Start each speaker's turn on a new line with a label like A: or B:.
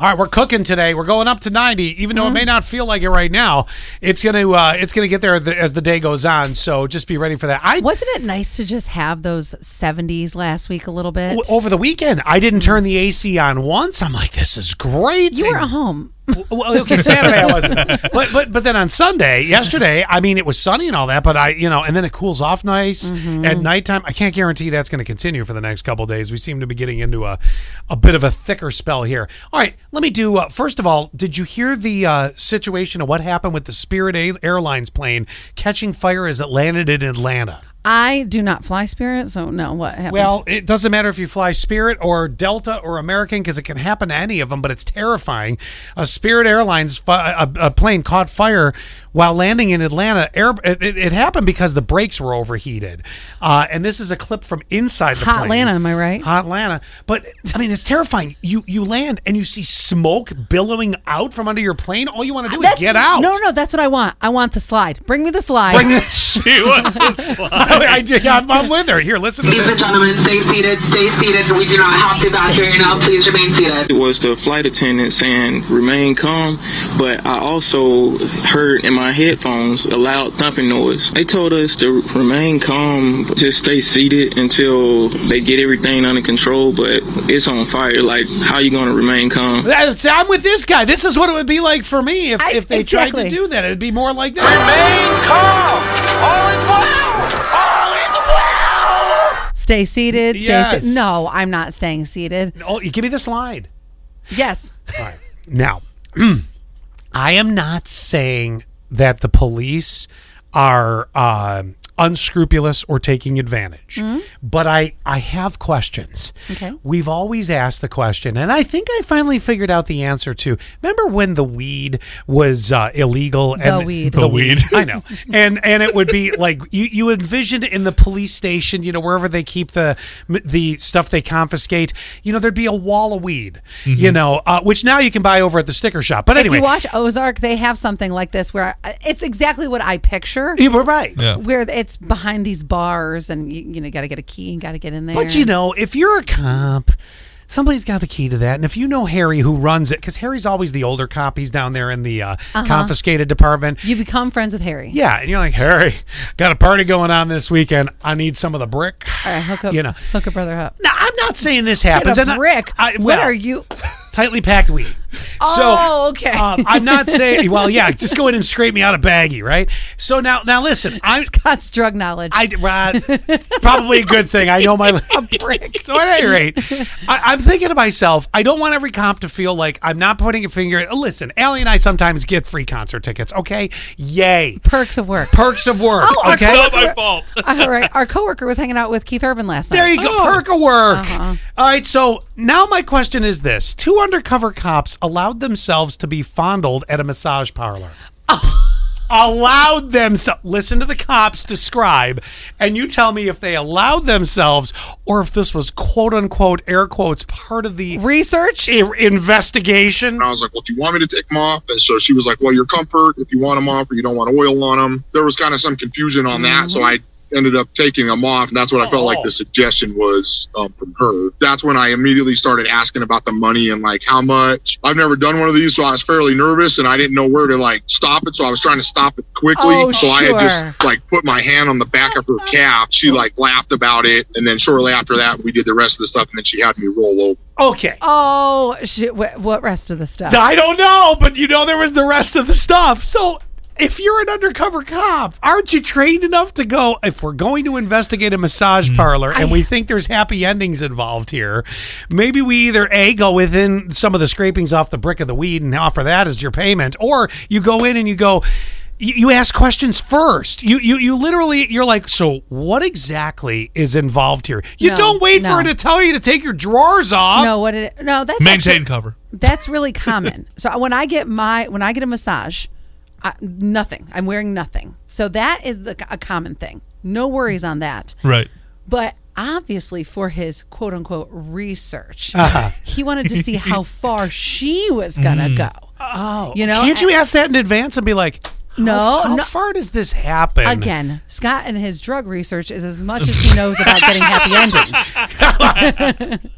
A: All right, we're cooking today. We're going up to 90, even though
B: Mm-hmm.
A: it may not feel like it right now. It's gonna uh, it's gonna get there the, as the day goes on. So just be ready for that. I
B: Wasn't it nice to just have those 70s last week a little bit?
A: w- over the weekend I didn't turn the AC on once. I'm like, this is great.
B: Mm-hmm. you were
A: And-
B: at home.
A: Well, okay, Saturday I wasn't, but but but then on Sunday, yesterday, I mean, it was sunny and all that, but I, you know, and then it cools off nice at nighttime. I can't guarantee that's going to continue for the next couple of days. We seem to be getting into a a bit of a thicker spell here. All right, let me do. Uh, first of all, did you hear the uh, situation of what happened with the Spirit A- Airlines plane catching fire as it landed in Atlanta?
B: I do not fly Spirit, so no, what happened?
A: Well, it doesn't matter if you fly Spirit or Delta or American because it can happen to any of them, but it's terrifying. A Spirit Airlines fi- uh, a, a plane caught fire while landing in Atlanta. Air, it, it- it happened because the brakes were overheated. Uh, and this is a clip from inside the
B: Hot
A: plane.
B: Atlanta, am I right?
A: Hot Atlanta. But I mean, it's terrifying. You you land and you see smoke billowing out from under your plane. All you want to do is
B: That's-
A: get out.
B: No, no, that's what I want. I want the slide. Bring me the slide.
A: Bring the shoe. I, am I'm with her. Here, listen to
C: Ladies
A: this.
C: and gentlemen, stay seated, stay seated. We do not have to evacuate now. Please remain seated.
D: It was the flight attendant saying remain calm, but I also heard in my headphones a loud thumping noise. They told us to remain calm, just stay seated until they get everything under control, but it's on fire. Like, how you gonna remain calm?
A: That's, I'm with this guy. This is what it would be like for me if,
B: I-
A: if they tried
B: exactly.
A: to do that. It'd be more like that.
B: Stay seated. Stay
A: Yes.
B: se- no, I'm not staying seated.
A: Oh, you give me the slide.
B: Yes.
A: Now, I am not saying that the police are um unscrupulous or taking advantage, but I I have questions.
B: Hmm? Okay.
A: We've always asked the question, and I think I finally figured out the answer to. Remember when the weed was uh, illegal?
B: The
A: and
B: weed.
E: The weed.
A: I know, and and it would be like you you envisioned in the police station, you know, wherever they keep the the stuff they confiscate. You know, there'd be a wall of weed, you know, uh, which now you can buy over at the sticker shop. But anyway,
B: If you watch Ozark, they have something like this where I, it's exactly what I picture.
A: you were right.
E: Yeah.
B: Where it's behind these bars, and you, you know, got to get a key and got to get in there.
A: But you know, if you're a cop, somebody's got the key to that. And if you know Harry, who runs it, because Harry's always the older cop. He's down there in the uh,
B: Uh-huh.
A: confiscated department.
B: you become friends with Harry.
A: Yeah, and you're like Harry, got a party going on this weekend. I need some of the brick.
B: All right, hook up,
A: You know.
B: hook a brother up.
A: No, I'm not saying this
B: Get
A: happens.
B: a
A: And I-
B: brick.
A: I-
B: what
A: well,
B: are you?
A: Tightly packed weed.
B: Oh, okay.
A: um, I'm not saying. Well, yeah. Just go in and scrape me out a baggie, right? So now, now listen. I'm.
B: Scott's drug knowledge.
A: I well, probably a good thing. I know my a brick. So at any rate, I, I'm thinking to myself, I don't want every comp to feel like I'm not putting a finger. Listen, Allie and I sometimes get free concert tickets. Okay, yay,
B: Perks of work.
A: perks of work.
B: Oh,
A: okay,
E: Not my fault.
B: All right, our coworker was hanging out with Keith Urban last night.
A: There you go, perk of work. All right, so now my question is this: Two undercover cops allowed themselves to be fondled at a massage parlor. allowed themselves. Listen to the cops describe, and you tell me if they allowed themselves or if this was "quote unquote" air quotes part of the
B: Oh. Research.
A: i- investigation.
F: And I was like, well, if you want me to take them off. And so she was like, well, your comfort, if you want them off or you don't want oil on them. There was kind of some confusion on that. So
B: Mm-hmm.
F: I ended up taking them off. And that's what I felt like the
B: Oh.
F: suggestion was um, from her. That's when I immediately started asking about the money and like how much. I've never done one of these. So I was fairly nervous and I didn't know where to like stop it. So I was trying to stop it quickly.
B: Oh,
F: so I had
B: sure.
F: just like put my hand on the back of her calf. She like laughed about it. And then shortly after that, we did the rest of the stuff. And then she had me roll over.
A: Okay.
B: Oh, shit. What, what rest of the stuff?
A: I don't know, but you know there was the rest of the stuff. So if you're an undercover cop, aren't you trained enough to go if we're going to investigate a
B: Hmm.
A: massage parlor and we think there's happy endings involved here, maybe we either A go within some of the scrapings off the brick of the weed and offer that as your payment, or you go in and you go you, you ask questions first. You, you you literally you're like, so what exactly is involved here? You
B: No,
A: don't wait
B: no.
A: for it to tell you to take your drawers off.
B: No, what did it? No, that's
E: Maintain
B: actually-
E: cover.
B: That's really common. so uh, when I get my when I get a massage, I, nothing. I'm wearing nothing. So that is the, a common thing. No worries on that.
E: Right.
B: But obviously, for his quote unquote research, he wanted to see how far she was gonna go. Oh, you know,
A: Can't you ask that in advance and be like, how-
B: No,
A: how
B: no.
A: far does this happen
B: Again, Scott and his drug research is as much as he knows about getting happy endings.